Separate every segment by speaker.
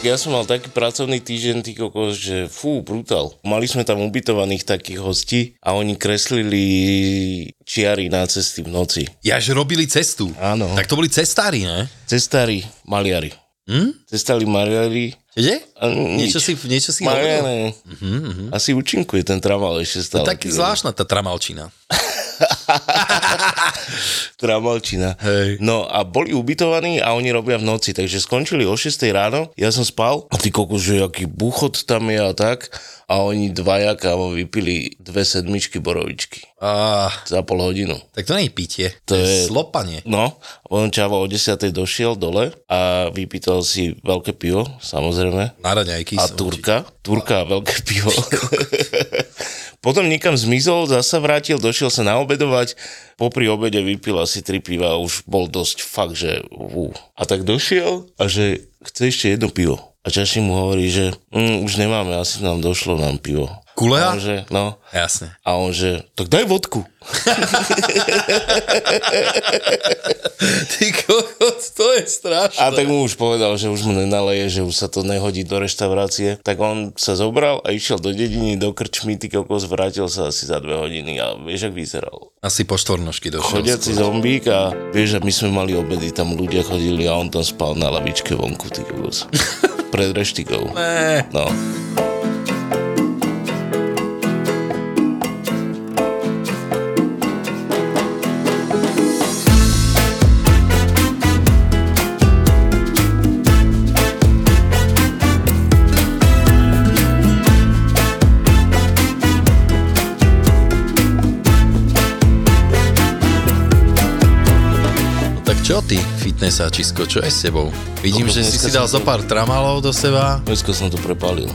Speaker 1: Ja som mal taký pracovný týždeň, ty kokos, že fú, brutál. Mali sme tam ubytovaných takých hostí a oni kreslili čiary na cesty v noci.
Speaker 2: Ja, že robili cestu.
Speaker 1: Áno.
Speaker 2: Tak to boli cestári, ne?
Speaker 1: Cestári, maliari. Hm? Cestári, maliari.
Speaker 2: Čiže?
Speaker 1: A nič.
Speaker 2: Niečo si, niečo si hovoril? Mhm, No
Speaker 1: Maliari. Asi účinkuje ten tramal ešte stále.
Speaker 2: Taký
Speaker 1: ty kokos.
Speaker 2: zvláštna tá tramalčina.
Speaker 1: Tramalčina.
Speaker 2: Hej.
Speaker 1: No a boli ubytovaní a oni robia v noci, takže skončili o 6 ráno, ja som spal a ty kokos, že aký buchot tam je a tak a oni dvaja kámo vypili dve sedmičky borovičky
Speaker 2: Ah,
Speaker 1: za pol hodinu.
Speaker 2: tak to nie je pitie,
Speaker 1: To
Speaker 2: to,
Speaker 1: je-
Speaker 2: je slopanie.
Speaker 1: No, on čavo o 10 došiel dole a vypýtal si veľké pivo, samozrejme.
Speaker 2: Na raňajky.
Speaker 1: A
Speaker 2: som-
Speaker 1: Turka? Turka a veľké pivo. Potom niekam zmizol, zasa vrátil, došiel sa naobedovať, popri obede vypil asi tri piva a už bol dosť fakt, že ú. A tak došiel a že chce ešte jedno pivo. A Čaši mu hovorí, že mm, už nemáme, asi nám došlo nám pivo. A
Speaker 2: Kuleha?
Speaker 1: on, že, no.
Speaker 2: Jasne.
Speaker 1: A on, že tak daj vodku.
Speaker 2: Ty kokos, to je strašné.
Speaker 1: A tak mu už povedal, že už mu nenaleje, že už sa to nehodí do reštaurácie. Tak on sa zobral a išiel do dediny, do krčmy, ty kokos, vrátil sa asi za dve hodiny a vieš, ak vyzeral.
Speaker 2: Asi po štvornožky došiel.
Speaker 1: Chodiaci zombík a vieš, že my sme mali obedy, tam ľudia chodili a on tam spal na lavičke vonku, ty kokos. Pred reštikou.
Speaker 2: Né.
Speaker 1: No.
Speaker 2: No tak čo ty, fitnessáčisko, čo je s tebou? Vidím,
Speaker 1: Kokos,
Speaker 2: že si
Speaker 1: dneska
Speaker 2: si dal
Speaker 1: som
Speaker 2: zo pár tramalov do seba.
Speaker 1: Dneska som to prepálil.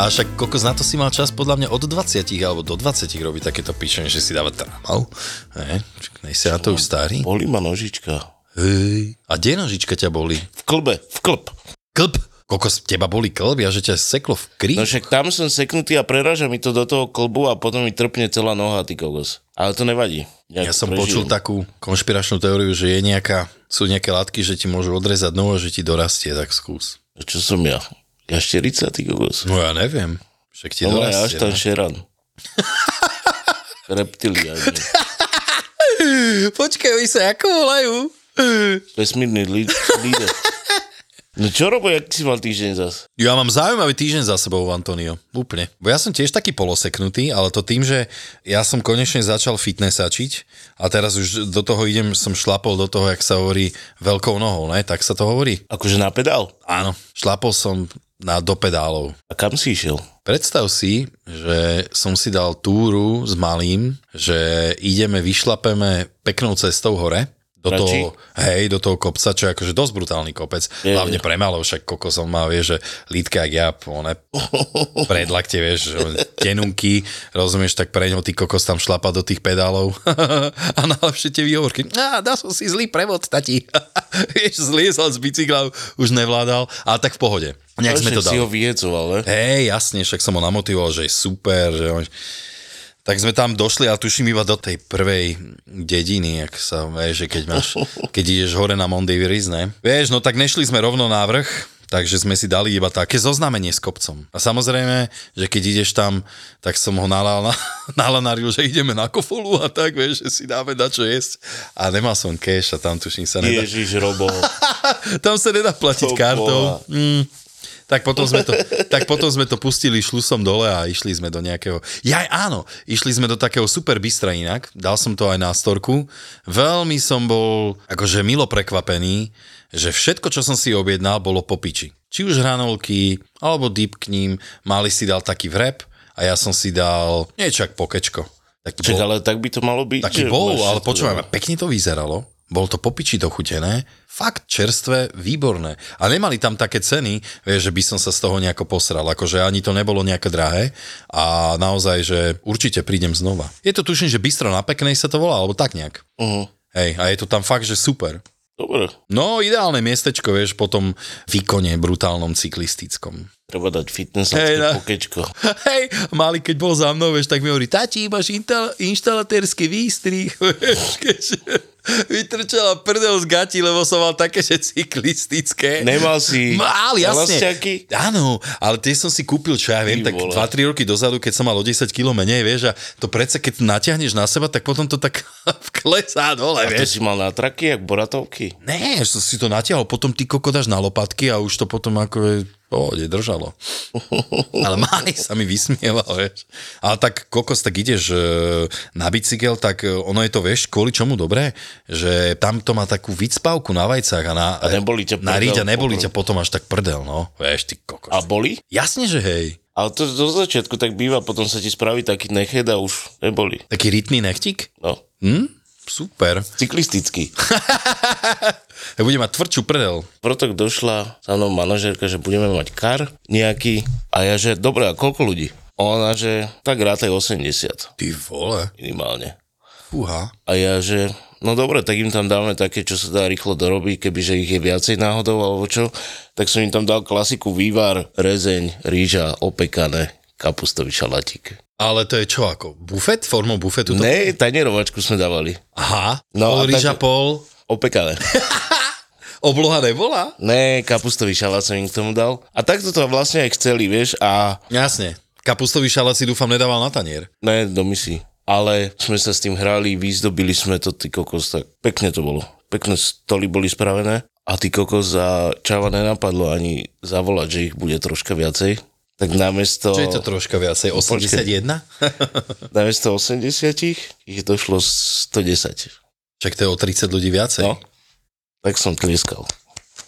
Speaker 2: A však kokos na to si mal čas podľa mňa od 20 alebo do 20 robiť takéto píšenie, že si dáva tramal. Ne, Čak, nej si na to už starý.
Speaker 1: Boli ma nožička.
Speaker 2: Hej. A kde nožička ťa boli?
Speaker 1: V klbe, v klb.
Speaker 2: Klb. Kokos, teba boli klb, ja že ťa seklo v kríž.
Speaker 1: No však tam som seknutý a preraža mi to do toho klbu a potom mi trpne celá noha, ty kokos. Ale to nevadí.
Speaker 2: Ja som
Speaker 1: prežijem.
Speaker 2: počul takú konšpiračnú teóriu, že je nejaká, sú nejaké látky, že ti môžu odrezať nohu a že ti dorastie, tak skús.
Speaker 1: No Čo som ja? Ja šterica, ty kokos.
Speaker 2: No ja neviem. Však ti
Speaker 1: Dobre, ja až
Speaker 2: dorastie.
Speaker 1: tam
Speaker 2: no.
Speaker 1: šeran. Reptilia. nie.
Speaker 2: Počkaj, oni sa ako volajú?
Speaker 1: Vesmírny lí- líder. No čo robo, jak si mal týždeň zas?
Speaker 2: Ja mám zaujímavý týždeň za sebou, Antonio. Úplne. Bo ja som tiež taký poloseknutý, ale to tým, že ja som konečne začal fitnessačiť a teraz už do toho idem, som šlapol do toho, jak sa hovorí, veľkou nohou, ne? Tak sa to hovorí?
Speaker 1: Akože na pedál.
Speaker 2: Áno. Šlapol som na do pedálov.
Speaker 1: A kam si išiel?
Speaker 2: Predstav si, že som si dal túru s malým, že ideme, vyšlapeme peknou cestou hore, do
Speaker 1: Radši?
Speaker 2: toho, hej, do toho kopca, čo je akože dosť brutálny kopec,
Speaker 1: Je, je.
Speaker 2: hlavne pre malov, však koko som mal, vieš, že lítka jak ja, one
Speaker 1: Oh,
Speaker 2: predlakte, vieš, že on tenunky, rozumieš, tak pre ňo ty kokos tam šlapa do tých pedálov a najlepšie tie výhovorky, a dá som si zlý prevod, tati, vieš, zliezol z bicykla, už nevládal, ale tak v pohode, nejak sme to
Speaker 1: Však si
Speaker 2: dali.
Speaker 1: ho vyhecoval, ne?
Speaker 2: Hej, jasne, však som ho namotivoval, že je super, že on... Tak sme tam došli a tuším iba do tej prvej dediny, ak sa vieš, že keď, máš, keď ideš hore na Mondiviris, ne? Vieš, no tak nešli sme rovno na vrch, takže sme si dali iba také zoznamenie s kopcom. A samozrejme, že keď ideš tam, tak som ho nalal na, nalanaril, že ideme na kofolu a tak, vieš, že si dáme na čo jesť. A nemal som cash a tam tuším sa nedá
Speaker 1: Ježiš, Robo.
Speaker 2: tam sa nedá platiť
Speaker 1: To
Speaker 2: kartou. Mm. Tak potom, sme to, tak potom sme to pustili šlusom dole a išli sme do nejakého... Ja áno, išli sme do takého super bystra inak, dal som to aj na storku. Veľmi som bol akože milo prekvapený, že všetko, čo som si objednal, bolo po piči. Či už hranolky, alebo dip k ním, mali si dal taký vrep a ja som si dal niečo ako pokečko. Taký
Speaker 1: Čak,
Speaker 2: bol-
Speaker 1: ale tak by to malo byť. že
Speaker 2: Taký bol,
Speaker 1: máš všetko
Speaker 2: ale
Speaker 1: no.
Speaker 2: počúvaj,
Speaker 1: doma.
Speaker 2: ma, pekne to vyzeralo. Bol to popiči dochutené, fakt čerstvé, výborné. A nemali tam také ceny, vieš, že by som sa z toho nejako posral, akože ani to nebolo nejaké drahé a naozaj, že určite prídem znova. Je to tuším, že Bistro na Peknej sa to volá, alebo tak nejak.
Speaker 1: Uh-huh.
Speaker 2: Hej, a je to tam fakt, že super.
Speaker 1: Dobre,
Speaker 2: No, ideálne miestečko, vieš, po tom výkone brutálnom cyklistickom.
Speaker 1: treba dať fitness
Speaker 2: Hej,
Speaker 1: hey,
Speaker 2: no.
Speaker 1: pokečko.
Speaker 2: Hej, mali, keď bol za mnou, vieš, tak mi hovorí, tati, máš intal- inštalatérsky výstrih, vieš, keďže vytrčala prdel z gati, lebo som mal také, že cyklistické.
Speaker 1: Nemal si
Speaker 2: Mal, jasne.
Speaker 1: elastiaky?
Speaker 2: Áno, ale tie som si kúpil, čo ja viem,
Speaker 1: Ty
Speaker 2: tak
Speaker 1: vole.
Speaker 2: 2-3 roky dozadu, keď som mal o 10 kg menej, vieš, a to predsa, keď natiahneš na seba, tak potom to tak klesá dole,
Speaker 1: To
Speaker 2: vieš.
Speaker 1: si mal na traky, jak boratovky.
Speaker 2: Ne, som si to natiahol, potom ty koko dáš na lopatky a už to potom ako je, pohode, držalo. Ale Mali sa mi vysmieval, vieš. Ale tak kokos, tak ideš e, na bicykel, tak e, ono je to, vieš, kvôli čomu dobré, že tam to má takú vycpavku na vajcách a na, a
Speaker 1: neboli ťa
Speaker 2: na
Speaker 1: prdel
Speaker 2: ríďa, neboli
Speaker 1: potom.
Speaker 2: ťa potom až tak prdel, no. Vieš, ty kokos.
Speaker 1: A boli?
Speaker 2: Jasne, že hej.
Speaker 1: Ale to do začiatku tak býva, potom sa ti spraví taký neched a už neboli.
Speaker 2: Taký rytný nechtík?
Speaker 1: No,
Speaker 2: Hm? Super.
Speaker 1: cyklistický.
Speaker 2: Ja budem mať tvrdšiu prdel.
Speaker 1: Proto došla za mnou manažérka, že budeme mať kar nejaký a ja, že dobre, a koľko ľudí? Ona, že tak rátaj 80
Speaker 2: Ty vole.
Speaker 1: minimálne.
Speaker 2: Fúha.
Speaker 1: A ja, že no dobre, tak im tam dáme také, čo sa dá rýchlo dorobiť, kebyže ich je viacej náhodou alebo čo, tak som im tam dal klasiku vývar, rezeň, rýža, opekané, kapustový šalatík.
Speaker 2: Ale to je čo ako? Bufet? Formou bufetu? To...
Speaker 1: Ne, tanierovačku sme dávali.
Speaker 2: Aha,
Speaker 1: No, a
Speaker 2: no, pol rýža,
Speaker 1: tak-
Speaker 2: pol
Speaker 1: Opekané.
Speaker 2: obloha nebola?
Speaker 1: Ne, kapustový šalát som im k tomu dal. A takto to vlastne aj chceli, vieš, a
Speaker 2: Jasne. Kapustový šalát si dúfam nedával na tanier.
Speaker 1: ne, do misi. Ale sme sa s tým hrali, vyzdobili sme to, ty kokos, tak pekne to bolo. Pekné stoly boli spravené a ty kokos za Čava nenapadlo ani zavolať, že ich bude troška viacej. Tak namiesto,
Speaker 2: Čo je to troška viacej?
Speaker 1: No,
Speaker 2: 81?
Speaker 1: namiesto 80 ich došlo 110.
Speaker 2: Čak to je o 30 ľudí viacej.
Speaker 1: No. Tak som tlieskal.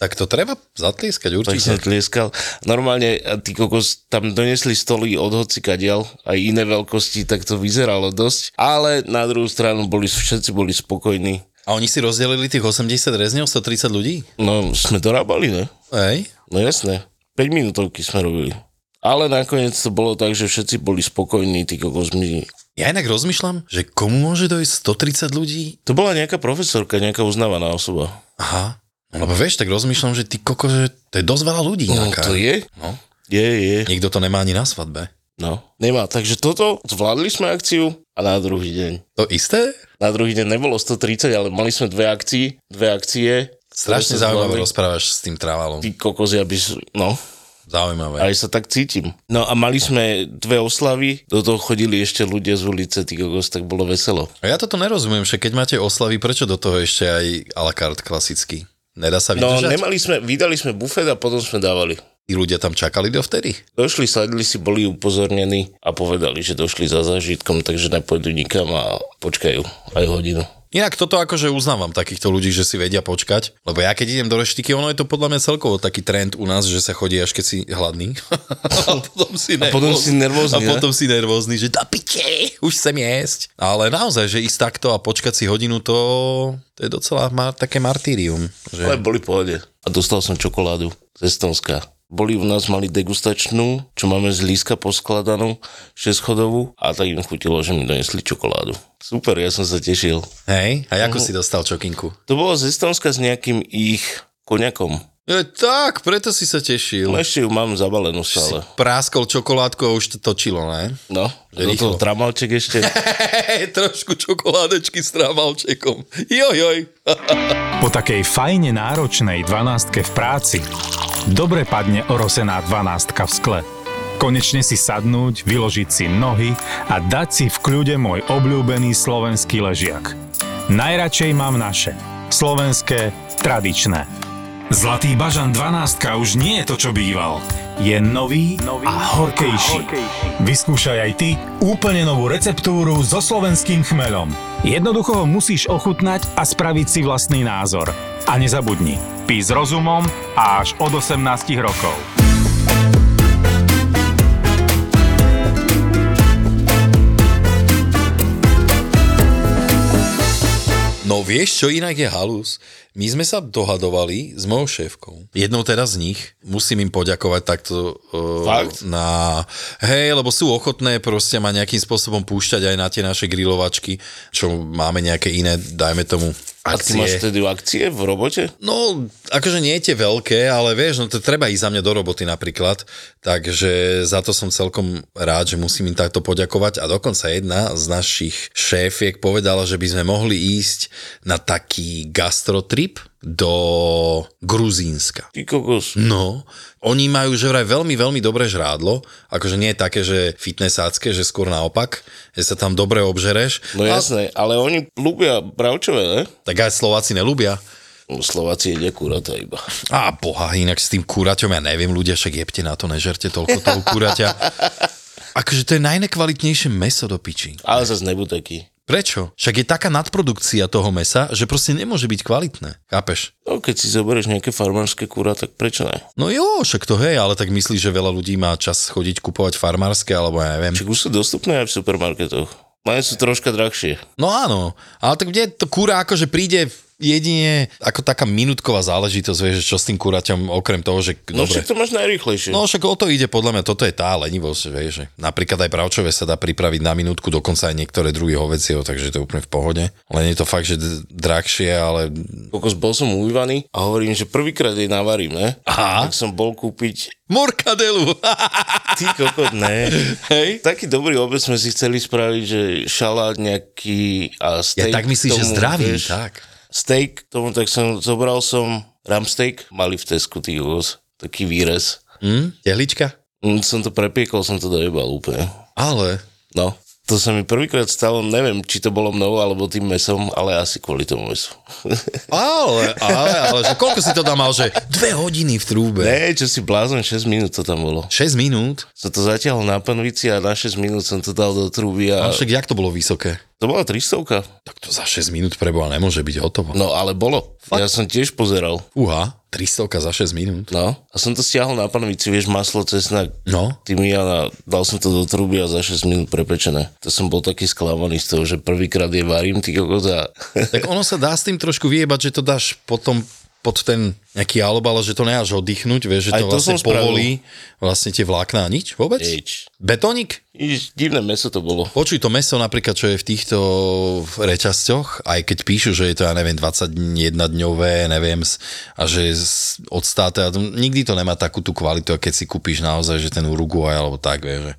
Speaker 2: Tak to treba zatlieskať
Speaker 1: Tak som
Speaker 2: určite.
Speaker 1: tlieskal. Normálne, a ty kokos, tam donesli stoly od hocika diel, aj iné veľkosti, tak to vyzeralo dosť. Ale na druhú stranu boli, všetci boli spokojní.
Speaker 2: A oni si rozdelili tých 80 rezňov 130 ľudí?
Speaker 1: No, sme dorábali, ne?
Speaker 2: Hej.
Speaker 1: No jasné. 5 minútovky sme robili. Ale nakoniec to bolo tak, že všetci boli spokojní, ty kokos, my...
Speaker 2: Ja inak rozmýšľam, že komu môže dojsť 130 ľudí?
Speaker 1: To bola nejaká profesorka, nejaká uznávaná osoba.
Speaker 2: Aha. No, lebo vieš, tak rozmýšľam, že ty koko, že to je dosť veľa ľudí
Speaker 1: No,
Speaker 2: nejaká.
Speaker 1: to je?
Speaker 2: No.
Speaker 1: Je, je.
Speaker 2: Nikto to nemá ani na svadbe.
Speaker 1: No, nemá. Takže toto, zvládli sme akciu a na druhý deň.
Speaker 2: To isté?
Speaker 1: Na druhý deň nebolo 130, ale mali sme dve akcie, dve akcie. Ktoré
Speaker 2: Strašne
Speaker 1: sa
Speaker 2: zaujímavé
Speaker 1: zvládli.
Speaker 2: rozprávaš s tým trávalom.
Speaker 1: Ty kokos, ja by s- no,
Speaker 2: Zaujímavé.
Speaker 1: aj sa tak cítim. No a mali sme dve oslavy, do toho chodili ešte ľudia z ulice, ty kokos, tak bolo veselo.
Speaker 2: A ja toto nerozumiem, že keď máte oslavy, prečo do toho ešte aj a la carte klasicky? Nedá sa
Speaker 1: No,
Speaker 2: vydržať?
Speaker 1: nemali sme, vydali sme bufet a potom sme dávali.
Speaker 2: Tí ľudia tam čakali dovtedy?
Speaker 1: Došli, sadli si, boli upozornení a povedali, že došli za zážitkom, takže nepôjdu nikam a počkajú aj hodinu.
Speaker 2: Inak toto akože uznávam takýchto ľudí, že si vedia počkať, lebo ja keď idem do reštiky, ono je to podľa mňa celkovo taký trend u nás, že sa chodí až keď si hladný. a potom si nervózny.
Speaker 1: potom si nervózny,
Speaker 2: A
Speaker 1: ne?
Speaker 2: potom si nervózny, že da piče, už chcem jesť. Ale naozaj, že ísť takto a počkať si hodinu, to, to je docela má, také martýrium. Že...
Speaker 1: Ale boli v pohode. A dostal som čokoládu z Estonska. Boli u nás, mali degustačnú, čo máme z líska poskladanú, šeschodovú a tak im chutilo, že mi donesli čokoládu. Super, ja som sa tešil.
Speaker 2: Hej, a
Speaker 1: Mhm.
Speaker 2: ako si dostal čokinku?
Speaker 1: To bolo z Estonska s nejakým ich koňakom.
Speaker 2: Je, E, tak, preto si sa tešil.
Speaker 1: No ešte ju mám zabalenú stále.
Speaker 2: práskol čokoládku a už to točilo, ne?
Speaker 1: No, do toho
Speaker 2: Rýchlo.
Speaker 1: tramalček ešte.
Speaker 2: trošku čokoládečky s trámalčekom. Jojoj.
Speaker 3: Po takej fajne náročnej 12 v práci dobre padne orosená 12 v skle. Konečne si sadnúť, vyložiť si nohy a dať si v kľude môj obľúbený slovenský ležiak. Najradšej mám naše. Slovenské, tradičné. Zlatý bažan 12 už nie je to, čo býval. Je nový, nový a horkejší. Vyskúšaj aj ty úplne novú receptúru so slovenským chmelom. Jednoducho ho musíš ochutnať a spraviť si vlastný názor. A nezabudni, pí s rozumom a až od 18 rokov.
Speaker 2: No No vieš, čo inak je halus? My sme sa dohadovali s mojou šéfkou. Jednou teraz z nich, musím im poďakovať takto eh,
Speaker 1: Fakt?
Speaker 2: na... Hej, lebo sú ochotné proste ma nejakým spôsobom púšťať aj na tie naše grilovačky, čo máme nejaké iné, dajme tomu,
Speaker 1: A ty
Speaker 2: akcie.
Speaker 1: máš vtedy akcie v robote?
Speaker 2: No, akože nie tie veľké, ale vieš, no to treba ísť za mňa do roboty napríklad, takže za to som celkom rád, že musím im takto poďakovať a dokonca jedna z našich šéfiek povedala, že by sme mohli ísť na taký gastrotrip do Gruzínska.
Speaker 1: Ty kokos.
Speaker 2: No, oni majú že vraj veľmi, veľmi dobré žrádlo, akože nie je také, že fitnessácké, že skôr naopak, že sa tam dobre obžereš.
Speaker 1: No jasné, ale oni ľúbia bravčové, ne?
Speaker 2: Tak aj Slováci nelúbia.
Speaker 1: No, Slováci jedia kurata iba.
Speaker 2: Á, boha, inak s tým kuraťom, ja neviem, ľudia, však jebte na to, nežerte toľko toho kuraťa. Akože to je najnekvalitnejšie meso do piči.
Speaker 1: Ale zase nebuď taký.
Speaker 2: Prečo? Však je taká nadprodukcia toho mesa, že proste nemôže byť kvalitné. Chápeš?
Speaker 1: No keď si zoberieš nejaké farmárske kura, tak prečo ne?
Speaker 2: No jo, však to hej, ale tak myslíš, že veľa ľudí má čas chodiť kupovať farmárske, alebo ja neviem.
Speaker 1: Však už sú dostupné aj v supermarketoch. Len sú troška drahšie.
Speaker 2: No áno, ale tak mne to kúra akože príde jedine ako taká minutková záležitosť, vieš, že čo s tým kuraťom, okrem toho, že...
Speaker 1: No
Speaker 2: dobre.
Speaker 1: však to máš najrýchlejšie.
Speaker 2: No však o to ide, podľa mňa, toto je tá lenivosť, že vieš, že napríklad aj pravčové sa dá pripraviť na minútku, dokonca aj niektoré druhy hovecieho, takže to je úplne v pohode. Len je to fakt, že d- drahšie, ale...
Speaker 1: Kokos, bol som umývaný a hovorím, že prvýkrát jej navarím, ne?
Speaker 2: Aha.
Speaker 1: Tak som bol kúpiť,
Speaker 2: Morkadelu!
Speaker 1: ty kokot, ne?
Speaker 2: Hej?
Speaker 1: Taký dobrý obec sme si chceli spraviť, že šalát nejaký a
Speaker 2: Ja
Speaker 1: steak.
Speaker 2: tak myslím,
Speaker 1: k
Speaker 2: že
Speaker 1: tomu,
Speaker 2: zdravý,
Speaker 1: vieš,
Speaker 2: tak.
Speaker 1: Steak, k tomu tak som, zobral som ram steak, mali v Tesku tý voz, taký výrez.
Speaker 2: Hm? Tehlička?
Speaker 1: Mm, Som to prepiekol, som to dojebal úplne.
Speaker 2: Ale...
Speaker 1: No, to sa mi prvýkrát stalo, neviem, či to bolo mnou alebo tým mesom, ale asi kvôli tomu mesu.
Speaker 2: Ale, ale, ale, že koľko si to tam mal, že dve hodiny v trúbe.
Speaker 1: ne,
Speaker 2: Ne.
Speaker 1: čo si blázon, 6 minút to tam bolo.
Speaker 2: 6 minút?
Speaker 1: Som to zatiahol na panvici a na 6 minút som to dal do truby a
Speaker 2: A No však jak to bolo vysoké?
Speaker 1: to bola 300.
Speaker 2: Tak to za 6 minút preboha nemôže byť hotovo. No.
Speaker 1: No, ale bolo. Ja som tiež pozeral.
Speaker 2: Uha, 300 za 6 minút.
Speaker 1: No, a som to stiahol na panvici, vieš, maslo, cesnak,
Speaker 2: No,
Speaker 1: tymián a dal som to do truby a za 6 minút prepečené. To som bol taký sklamaný z toho, že prvýkrát je varím, ty kokos a...
Speaker 2: Tak ono sa dá s tým trošku vyjebať, že to dáš potom pod ten nejaký alob, ale že to neáš oddychnúť, vieš, že
Speaker 1: Aj
Speaker 2: to,
Speaker 1: to
Speaker 2: vlastne
Speaker 1: som spravil.
Speaker 2: povolí vlastne tie vlákná. Nič vôbec?
Speaker 1: Nič.
Speaker 2: Betonik?
Speaker 1: Nič, divné meso to bolo.
Speaker 2: Počuj, to meso napríklad, čo je v týchto reťazťoch, aj keď píšu, že je to, ja neviem, 21-dňové, neviem, s- a že je z- od státe, a to- nikdy to nemá takú tú kvalitu, a keď si kúpiš naozaj, že ten Uruguay, alebo tak, vieš, že...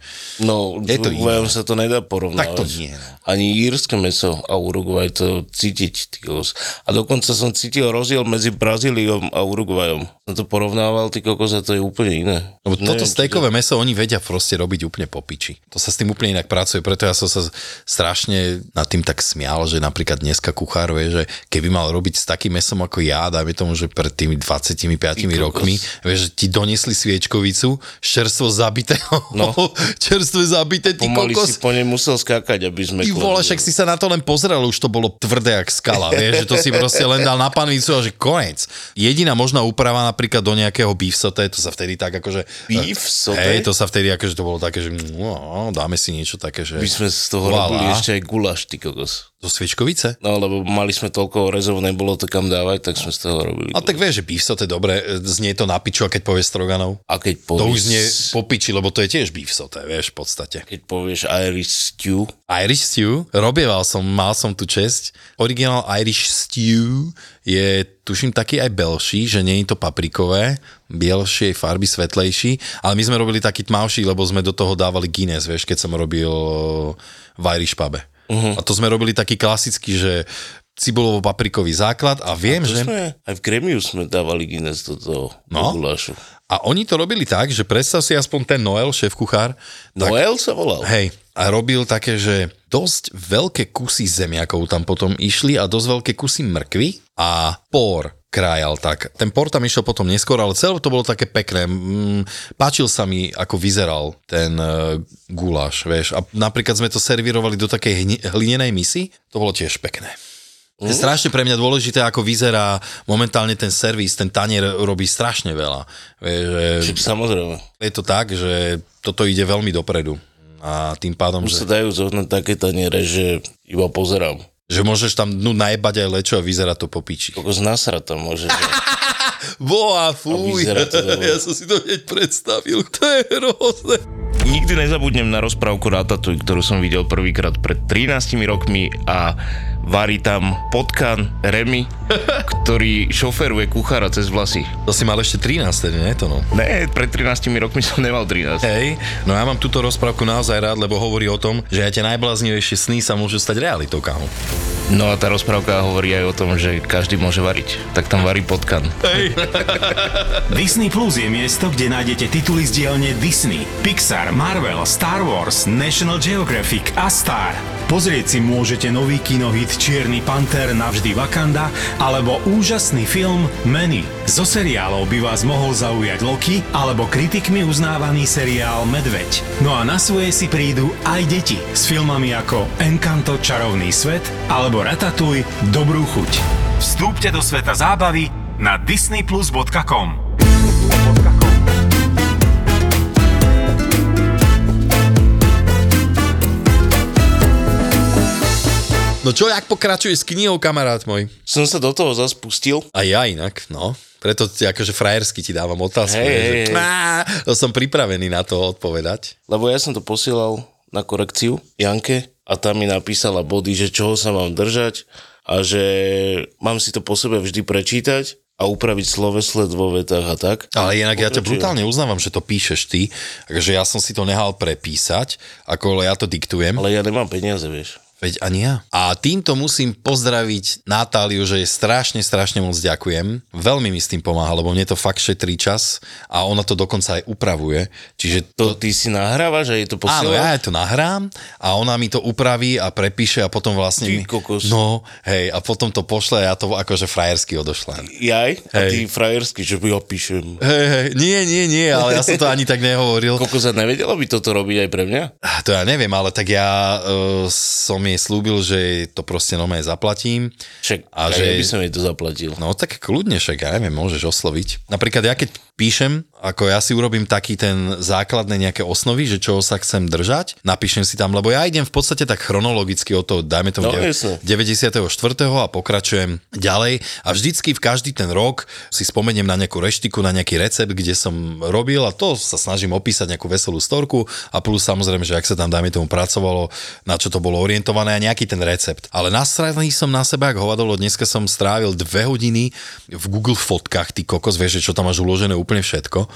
Speaker 1: No,
Speaker 2: Je to
Speaker 1: Uruguayom sa to nedá porovnávať.
Speaker 2: Tak to nie, no.
Speaker 1: Ani írske meso a Uruguay to cítiť. ty kokos. A dokonca som cítil rozdiel medzi Brazíliom a Uruguayom. Som to porovnával, ty kokos, a to je úplne iné.
Speaker 2: Lebo No, toto
Speaker 1: Neviem,
Speaker 2: stejkové meso oni vedia proste robiť úplne po piči. To sa s tým úplne inak pracuje, preto ja som sa strašne nad tým tak smial, že napríklad dneska kuchár vie, že keby mal robiť s takým mesom ako ja, dajme tomu, že pred tými 25
Speaker 1: kokos.
Speaker 2: rokmi, vieš, že ti donesli sviečkovicu, čerstvo zabitého, no. čerstvé zabité, ty
Speaker 1: Pomaly si
Speaker 2: kokos.
Speaker 1: po nej musel skákať, aby sme...
Speaker 2: Ty vole, však si sa na to len pozrel, už to bolo tvrdé jak skala, vieš, že to si proste len dal na panvicu a že koniec. Jediná možná úprava napríklad do nejakého beef saute, to sa vtedy tak akože...
Speaker 1: Beef saute?
Speaker 2: Hej, to sa vtedy akože to bolo také, že no, dáme si niečo také, že...
Speaker 1: By sme z toho
Speaker 2: Voilà.
Speaker 1: robili ešte aj gulaš, ty kokos.
Speaker 2: Do sviečkovice?
Speaker 1: No, lebo mali sme toľko rezov, nebolo to kam dávať, tak sme z toho robili.
Speaker 2: A tak vieš, že beef saute, dobre, e, znie to na piču, a keď povieš stroganov?
Speaker 1: a keď
Speaker 2: To
Speaker 1: povieš,
Speaker 2: už znie po piči, lebo to je tiež beef saute, vieš, v podstate.
Speaker 1: keď povieš Irish stew,
Speaker 2: Irish stew, robieval som, mal som tú česť. Originál Irish stew je, tuším, taký aj belší, že nie je to paprikové, bielšej farby, svetlejší, ale my sme robili taký tmavší, lebo sme do toho dávali Guinness, vieš, keď som robil v Irish pube. Uh-huh. A to sme robili taký klasický, že cibulovo-paprikový základ a viem,
Speaker 1: to
Speaker 2: že...
Speaker 1: sme, aj v Gremiu sme dávali Guinness do toho
Speaker 2: No.
Speaker 1: do gulašu.
Speaker 2: A oni to robili tak, že predstav si aspoň ten Noel, šéf kuchár, tak
Speaker 1: No, Noel sa volal.
Speaker 2: Hej, a robil také, že dosť veľké kusy zemiakov tam potom išli a dosť veľké kusy mrkvy a por krájal tak. Ten por tam išiel potom neskôr, ale celé to bolo také pekné. Mm, páčil sa mi, ako vyzeral ten uh, guláš, vieš. A napríklad sme to servírovali do takej hni- hlinenej misy, to bolo tiež pekné. Je strašne pre mňa dôležité, ako vyzerá momentálne ten servis, ten tanier robí strašne veľa. Vieš, že
Speaker 1: Čiže Samozrejme.
Speaker 2: je to tak, že toto ide veľmi dopredu. A tým pádom,
Speaker 1: Už sa
Speaker 2: že...
Speaker 1: dajú zohnať také taniere, že iba pozerám.
Speaker 2: Že môžeš tam dnu najebať aj lečo a vyzerá to po piči.
Speaker 1: Kokos nasra tam môže. Že... A
Speaker 2: Boa,
Speaker 1: vyzerá to dobre.
Speaker 2: ja som si to hneď predstavil, to je hrozné.
Speaker 1: Nikdy nezabudnem na rozprávku Ratatouille, ktorú som videl prvýkrát pred 13 rokmi a varí tam potkan Remy, ktorý šoferuje kuchára cez vlasy.
Speaker 2: To si mal ešte 13, tedy, nie to no?
Speaker 1: Ne, pred 13 rokmi som nemal 13.
Speaker 2: Hej, no ja mám túto rozprávku naozaj rád, lebo hovorí o tom, že aj tie najbláznivejšie sny sa môžu stať realitou, kámo.
Speaker 1: No a tá rozprávka hovorí aj o tom, že každý môže variť. Tak tam varí potkan.
Speaker 3: Disney Plus je miesto, kde nájdete tituly z dielne Disney, Pixar, Marvel, Star Wars, National Geographic a Star. Pozrieť si môžete nový kinohit Čierny panter navždy Wakanda alebo úžasný film Many. Zo seriálov by vás mohol zaujať Loki alebo kritikmi uznávaný seriál Medveď. No a na svoje si prídu aj deti s filmami ako Encanto Čarovný svet alebo Ratatouille Dobrú chuť. Vstúpte do sveta zábavy na disneyplus.com.
Speaker 2: No čo, jak pokračuje s knihou, kamarát môj?
Speaker 1: Som sa do toho zase pustil.
Speaker 2: A ja inak, no. Preto ti, akože frajersky ti dávam otázku.
Speaker 1: Hej,
Speaker 2: ne, že,
Speaker 1: hej, hej.
Speaker 2: Á, to som pripravený na to odpovedať.
Speaker 1: lebo ja som to posielal na korekciu Janke a tam mi napísala body, že čoho sa mám držať a že mám si to po sebe vždy prečítať a upraviť slovesled vo vetách a tak.
Speaker 2: Ale inak ja ťa
Speaker 1: Pokračujem.
Speaker 2: brutálne uznávam, že to píšeš ty, že ja som si to nehal prepísať, ako ja to diktujem.
Speaker 1: Ale ja nemám peniaze, vieš.
Speaker 2: Veď ani ja. A týmto musím pozdraviť Natáliu, že je strašne, strašne moc ďakujem. Veľmi mi s tým pomáha, lebo mne to fakt šetrí čas a ona to dokonca aj upravuje. Čiže
Speaker 1: To ty si nahrávaš a je to
Speaker 2: Áno,
Speaker 1: posielané?
Speaker 2: ja aj to nahrám a ona mi to upraví a prepíše a potom vlastne...
Speaker 1: Ty
Speaker 2: mi-
Speaker 1: kokos.
Speaker 2: No, hej, a potom to pošle a ja to akože frajersky odošlem.
Speaker 1: Jaj? A
Speaker 2: Hej.
Speaker 1: ty frajersky, že by ja píšem.
Speaker 2: Hej, hej, nie, nie, nie, ale ja som to ani tak nehovoril.
Speaker 1: Koľko sa nevedelo by toto robiť aj pre mňa?
Speaker 2: To ja neviem, ale tak ja uh, som jej slúbil, že jej to proste nome zaplatím.
Speaker 1: Však,
Speaker 2: A
Speaker 1: a
Speaker 2: že-
Speaker 1: že... by som jej to zaplatil.
Speaker 2: No tak kľudne však, ja neviem, môžeš osloviť. Napríklad ja keď píšem, ako ja si urobím taký ten základné nejaké osnovy, že čoho sa chcem držať, napíšem si tam, lebo ja idem v podstate tak chronologicky od toho, dajme tomu
Speaker 1: No,
Speaker 2: de-
Speaker 1: jasne.
Speaker 2: 94. a pokračujem ďalej a vždycky v každý ten rok si spomeniem na nejakú reštiku, na nejaký recept, kde som robil a to sa snažím opísať nejakú veselú storku a plus samozrejme, že ak sa tam dajme tomu pracovalo, na čo to bolo orientované a nejaký ten recept. Ale nasraný som na seba, ak hovadolo, dneska som strávil dve hodiny v Google fotkách, ty kokos, vieš, že čo tam máš uložené úplne všetko.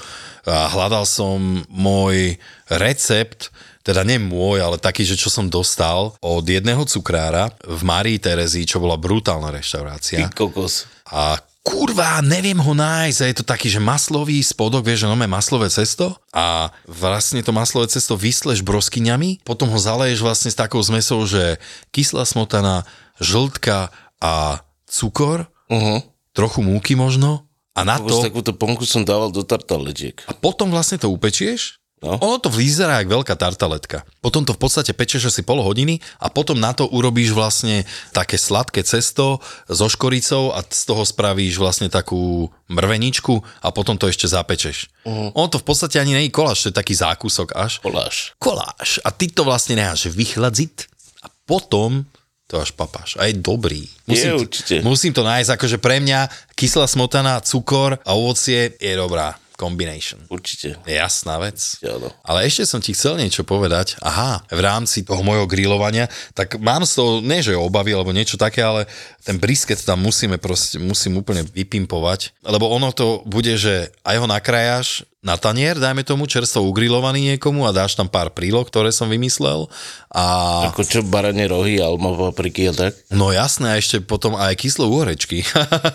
Speaker 2: A hľadal som môj recept, teda nie môj, ale taký, že čo som dostal od jedného cukrára v Marii Terezii, čo bola brutálna
Speaker 1: Ty
Speaker 2: reštaurácia.
Speaker 1: kokos.
Speaker 2: A kurva, neviem ho nájsť. A je to taký, že maslový spodok, vieš, že máme maslové cesto a vlastne to maslové cesto vysleš broskyňami, potom ho zaleješ vlastne s takou zmesou, že kyslá smotana, žltka a cukor,
Speaker 1: Uh-huh.
Speaker 2: trochu múky možno a na
Speaker 1: Kokos,
Speaker 2: Mhm. to...
Speaker 1: takúto ponku som dával do tartaletiek.
Speaker 2: A potom vlastne to upečieš. No.
Speaker 1: No.
Speaker 2: Ono to vyzerá jak veľká tartaletka. Potom to v podstate pečeš asi pol hodiny a potom na to urobíš vlastne také sladké cesto so škoricou a z toho spravíš vlastne takú mrveničku a potom to ešte zapečeš.
Speaker 1: Mhm.
Speaker 2: Uh-huh. Ono to v podstate ani nie je koláč, to je taký zákusok až.
Speaker 1: Koláš.
Speaker 2: Koláč. A ty to vlastne necháš vychladziť a potom to až papáš. A je dobrý.
Speaker 1: Je,
Speaker 2: Musím,
Speaker 1: určite.
Speaker 2: musím to nájsť, akože pre mňa kyslá smotana, cukor a ovocie je dobrá combination.
Speaker 1: Určite.
Speaker 2: Jasná vec.
Speaker 1: Áno.
Speaker 2: Ale ešte som ti chcel niečo povedať. Aha, v rámci toho mojho grillovania, tak mám z toho, nie že obavy alebo niečo také, ale ten brisket tam musíme proste, musím úplne vypimpovať, lebo ono to bude, že aj ho nakrajaš na tanier, dajme tomu, čerstvo ugrilovaný niekomu a dáš tam pár príloh, ktoré som vymyslel a
Speaker 1: Ako čo, baranie rohy, alma papriky a tak?
Speaker 2: No jasné, a ešte potom aj kyslé úhorečky.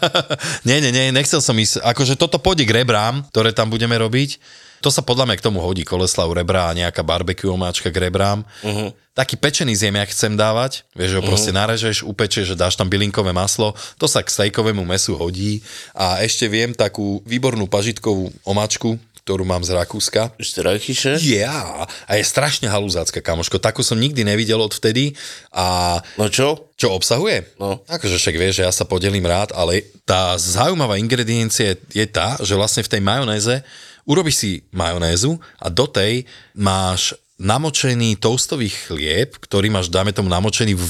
Speaker 2: nie, nie, nie, nechcel som ísť. Akože toto pôjde k rebrám, ktoré tam budeme robiť. To sa podľa mňa k tomu hodí koleslav rebra a nejaká barbecue omáčka k rebrám. Uh-huh. Taký pečený ziemiak chcem dávať. Vieš, že ho proste uh-huh. narežeš, upečeš, že dáš tam bylinkové maslo. To sa k stejkovému mesu hodí. A ešte viem takú výbornú pažitkovú omáčku, ktorú mám z Rakúska.
Speaker 1: Ešte rajchyše?
Speaker 2: Yeah. A je strašne halúzácka, kamoško. Takú som nikdy nevidel odvtedy. A
Speaker 1: No čo?
Speaker 2: čo obsahuje?
Speaker 1: No.
Speaker 2: Akože však vieš, že ja sa podelím rád, ale tá zaujímavá ingrediencia je, je tá, že vlastne v tej majonéze urobíš si majonézu a do tej máš namočený toastový chlieb, ktorý máš, dáme tomu, namočený v,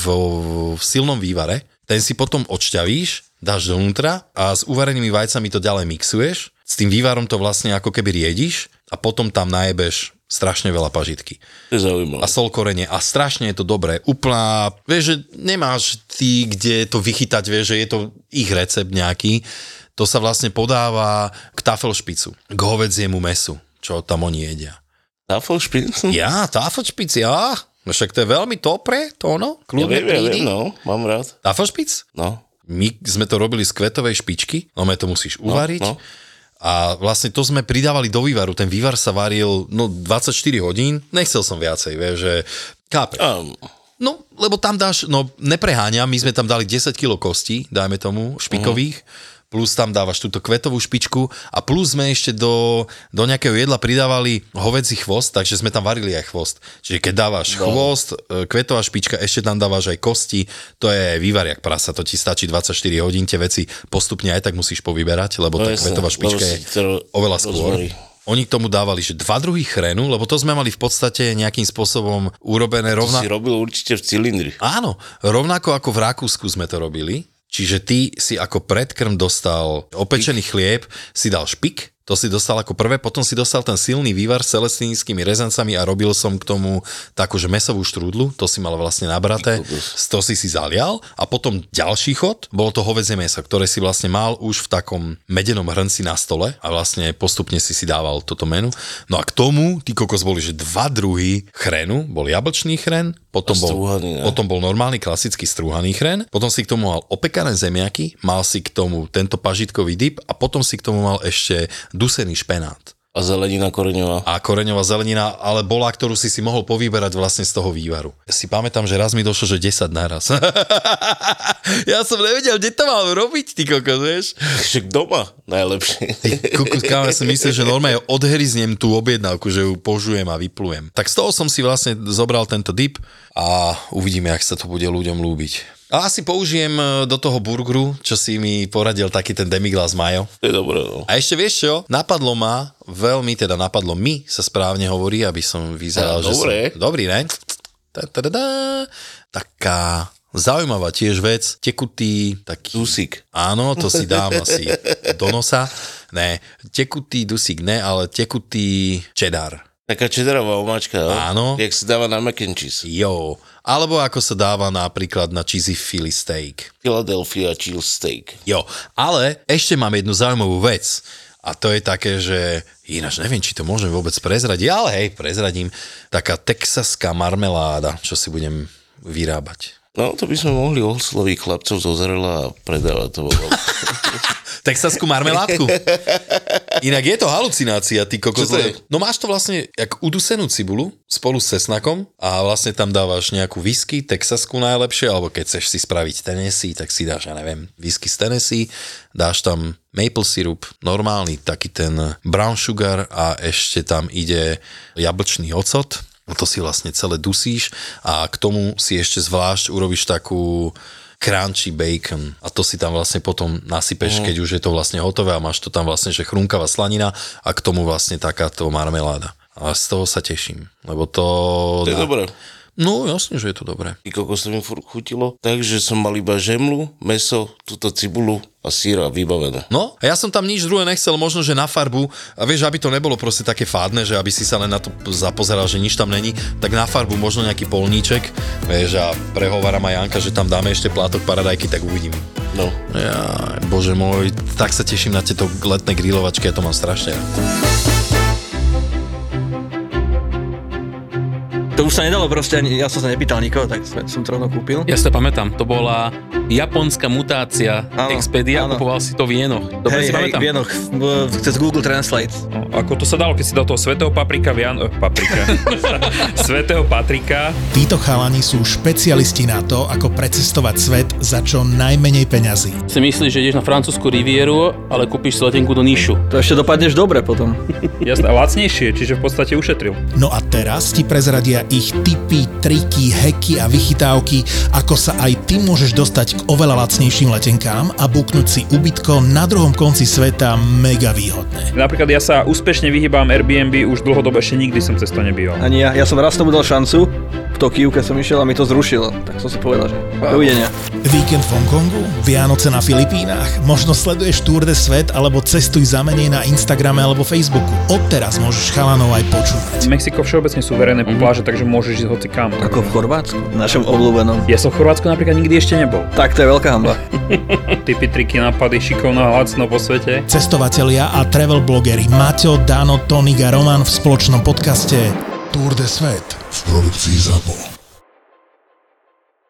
Speaker 2: v silnom vývare, ten si potom odšťavíš, dáš dovnútra a s uvarenými vajcami to ďalej mixuješ. S tým vývarom to vlastne ako keby riediš a potom tam najebeš strašne veľa pažitky.
Speaker 1: To je zaujímavé.
Speaker 2: A sol korenie. A strašne je to dobré. Úplná, vieš, že nemáš ty, kde to vychytať, vieš, že je to ich recept nejaký. To sa vlastne podáva k tafelšpicu, k hovedziemu mesu, čo tam oni jedia.
Speaker 1: Tafel špincu?
Speaker 2: Ja, tafelšpic, ja? No však to je veľmi dobre, to
Speaker 1: ja
Speaker 2: ono, kľudné
Speaker 1: viem, ja viem,
Speaker 2: prídy.
Speaker 1: no, mám rád.
Speaker 2: Tafelšpic?
Speaker 1: No,
Speaker 2: My sme to robili z kvetovej špičky, no to musíš uvariť.
Speaker 1: no.
Speaker 2: A vlastne to sme pridávali do vývaru. Ten vývar sa varil no, 24 hodín. Nechcel som viacej, vieš, že kápeš.
Speaker 1: Um,
Speaker 2: No, lebo tam dáš, no nepreháňam, my sme tam dali 10 kg kostí, dajme tomu, špikových,
Speaker 1: Mhm.
Speaker 2: uh-huh. plus tam dávaš túto kvetovú špičku a plus sme ešte do, do nejakého jedla pridávali hovedzí chvost, takže sme tam varili aj chvost. Čiže keď dávaš no. chvost, e, kvetová špička, ešte tam dávaš aj kosti, to je vývar jak prasa, to ti stačí 24 hodín, tie veci postupne aj tak musíš povyberať, lebo
Speaker 1: No
Speaker 2: tá
Speaker 1: jasné,
Speaker 2: kvetová
Speaker 1: lebo
Speaker 2: špička
Speaker 1: si
Speaker 2: je
Speaker 1: to
Speaker 2: oveľa skôr.
Speaker 1: rozvorí.
Speaker 2: Oni k tomu dávali, že dva druhy chrénu, lebo to sme mali v podstate nejakým spôsobom urobené rovna...
Speaker 1: si robil určite v cilindri.
Speaker 2: Áno, rovnako ako v Rakúsku sme to robili. Čiže ty si ako predkrm dostal opečený chlieb, si dal špik, to si dostal ako prvé, potom si dostal ten silný vývar s celestínskymi rezancami a robil som k tomu takú, že mesovú štrúdlu, to si mal vlastne nabraté, to si si zalial a potom ďalší chod, bolo to hovedzie meso, ktoré si vlastne mal už v takom medenom hrnci na stole a vlastne postupne si si dával toto menu. No a k tomu, ty kokos boli, že dva druhy chrenu, bol jablčný chren, potom bol,
Speaker 1: strúhaný, ne?
Speaker 2: potom bol normálny klasický strúhaný chren, potom si k tomu mal opekané zemiaky, mal si k tomu tento pažitkový dip a potom si k tomu mal ešte dusený špenát
Speaker 1: A zelenina koreňová.
Speaker 2: a koreňová zelenina, ale bola, ktorú si si mohol povyberať vlastne z toho vývaru. Si pamätám, že raz mi došlo, že 10 naraz. ja som nevedel, kde to mal robiť, ty kokos, vieš.
Speaker 1: Však doma najlepšie.
Speaker 2: Kukus, kámo, ja si myslím, že normálne odhryznem tú objednávku, že ju požujem a vyplujem. Tak z toho som si vlastne zobral tento dip a uvidíme, ak sa to bude ľuďom ľúbiť. A asi použijem e, do toho burgeru, čo si mi poradil taký ten demiglas majo.
Speaker 1: To je dobré, no.
Speaker 2: A ešte vieš čo? Napadlo ma, veľmi teda napadlo mi, sa správne hovorí, aby som vyzeral,
Speaker 1: No,
Speaker 2: že
Speaker 1: dobre.
Speaker 2: som... Dobrý, ne? Ta, ta, ta, ta. Taká zaujímavá tiež vec, tekutý, taký...
Speaker 1: Dusík.
Speaker 2: Áno, to si dám asi do nosa. Ne, tekutý dusík ne, ale tekutý čedar.
Speaker 1: Taká čedarová omáčka, no?
Speaker 2: Áno.
Speaker 1: Jak sa dáva na mac and cheese.
Speaker 2: Jo. Alebo ako sa dáva napríklad na cheesy Philly steak.
Speaker 1: Philadelphia cheese steak.
Speaker 2: Jo, ale ešte mám jednu zaujímavú vec. A to je také, že ináč neviem, či to môžem vôbec prezradiť, ale hej, prezradím. Taká texaská marmeláda, čo si budem vyrábať.
Speaker 1: No, to by sme mohli osloviť chlapcov zo Zrela a predávať to. bolo.
Speaker 2: Texaskú marmeládku. Inak je to halucinácia, ty kokos.
Speaker 1: Čo to je?
Speaker 2: lebo- No máš to vlastne jak udusenú cibulu spolu s cesnakom a vlastne tam dávaš nejakú whisky, texasku najlepšie, alebo keď chceš si spraviť Tennessee, tak si dáš, ja neviem, whisky z Tennessee, dáš tam maple syrup, normálny taký ten brown sugar a ešte tam ide jablčný ocot, No to si vlastne celé dusíš a k tomu si ešte zvlášť urobíš takú crunchy bacon a to si tam vlastne potom nasypeš,
Speaker 1: Mm.
Speaker 2: keď už je to vlastne hotové a máš to tam vlastne, že chrumkavá slanina a k tomu vlastne takáto marmeláda. A z toho sa teším, lebo to...
Speaker 1: To je
Speaker 2: na-
Speaker 1: dobré.
Speaker 2: No jasne, že je to dobré.
Speaker 1: I kokos to mi furt chutilo. Takže som mal iba žemlu, meso, túto cibulu a síra vybavené.
Speaker 2: No, a ja som tam nič druhé nechcel, možno, že na farbu, a vieš, aby to nebolo proste také fádne, že aby si sa len na to zapozeral, že nič tam není, tak na farbu možno nejaký polníček, vieš, a prehovára ma Janka, že tam dáme ešte plátok paradajky, tak uvidím.
Speaker 1: No.
Speaker 2: Ja, bože môj, tak sa teším na tieto letné grilovačky, ja to mám strašne rád.
Speaker 4: To už sa nedalo proste, ani, ja som sa nepýtal nikoho, tak sme- som to rovno kúpil.
Speaker 5: Ja si to pamätám, to bola japonská mutácia
Speaker 4: Áno,
Speaker 5: Expedia,
Speaker 4: áno.
Speaker 5: kupoval si to v jenoch.
Speaker 4: Hej,
Speaker 5: Dobre si
Speaker 4: hej,
Speaker 5: pamätám.
Speaker 4: vienok, v- v- cez Google Translate.
Speaker 6: No, Ako to sa dalo, keď si dal toho svetého paprika, vian... eh, paprika. svetého Patrika.
Speaker 7: Títo chalani sú špecialisti na to, ako precestovať svet za čo najmenej peňazí.
Speaker 5: Si myslíš, že ideš na francúzsku rivieru, ale kúpiš si letenku do Nišu.
Speaker 4: To ešte dopadneš dobre potom.
Speaker 6: Jasné, a lacnejšie, čiže v podstate ušetril.
Speaker 7: No a teraz ti prezradia ich tipy, triky, heky a vychytávky, ako sa aj ty môžeš dostať k oveľa lacnejším letenkám a buknúť si ubytko na druhom konci sveta mega výhodné.
Speaker 6: Napríklad ja sa úspešne vyhýbam Airbnb, už dlhodobo ešte nikdy som cez to nebýval.
Speaker 4: Ani ja, ja som raz tomu dal šancu, v Tokiu, keď som išiel a mi to zrušilo. Tak som si povedal, že dovidenia.
Speaker 7: Víkend v Hongkongu, Vianoce na Filipínach, možno sleduješ Tour de Svet alebo cestuj za menej na Instagrame alebo Facebooku. Odteraz môžeš chalanov aj počúvať.
Speaker 6: Mexiko všeobecne sú verejné pláže, takže môžeš ísť hoci kam.
Speaker 4: Ako v Chorvátsku, našom obľúbenom.
Speaker 6: Ja som v Chorvátsku napríklad nikdy ešte nebol.
Speaker 4: Tak to je veľká hamba.
Speaker 6: Typy, triky, nápady, šikovná, lacno po svete.
Speaker 7: Cestovatelia a travel blogeri Mateo, Dano, Tonik a Roman v spoločnom podcaste Tour de Svet v produkcii ZAPO.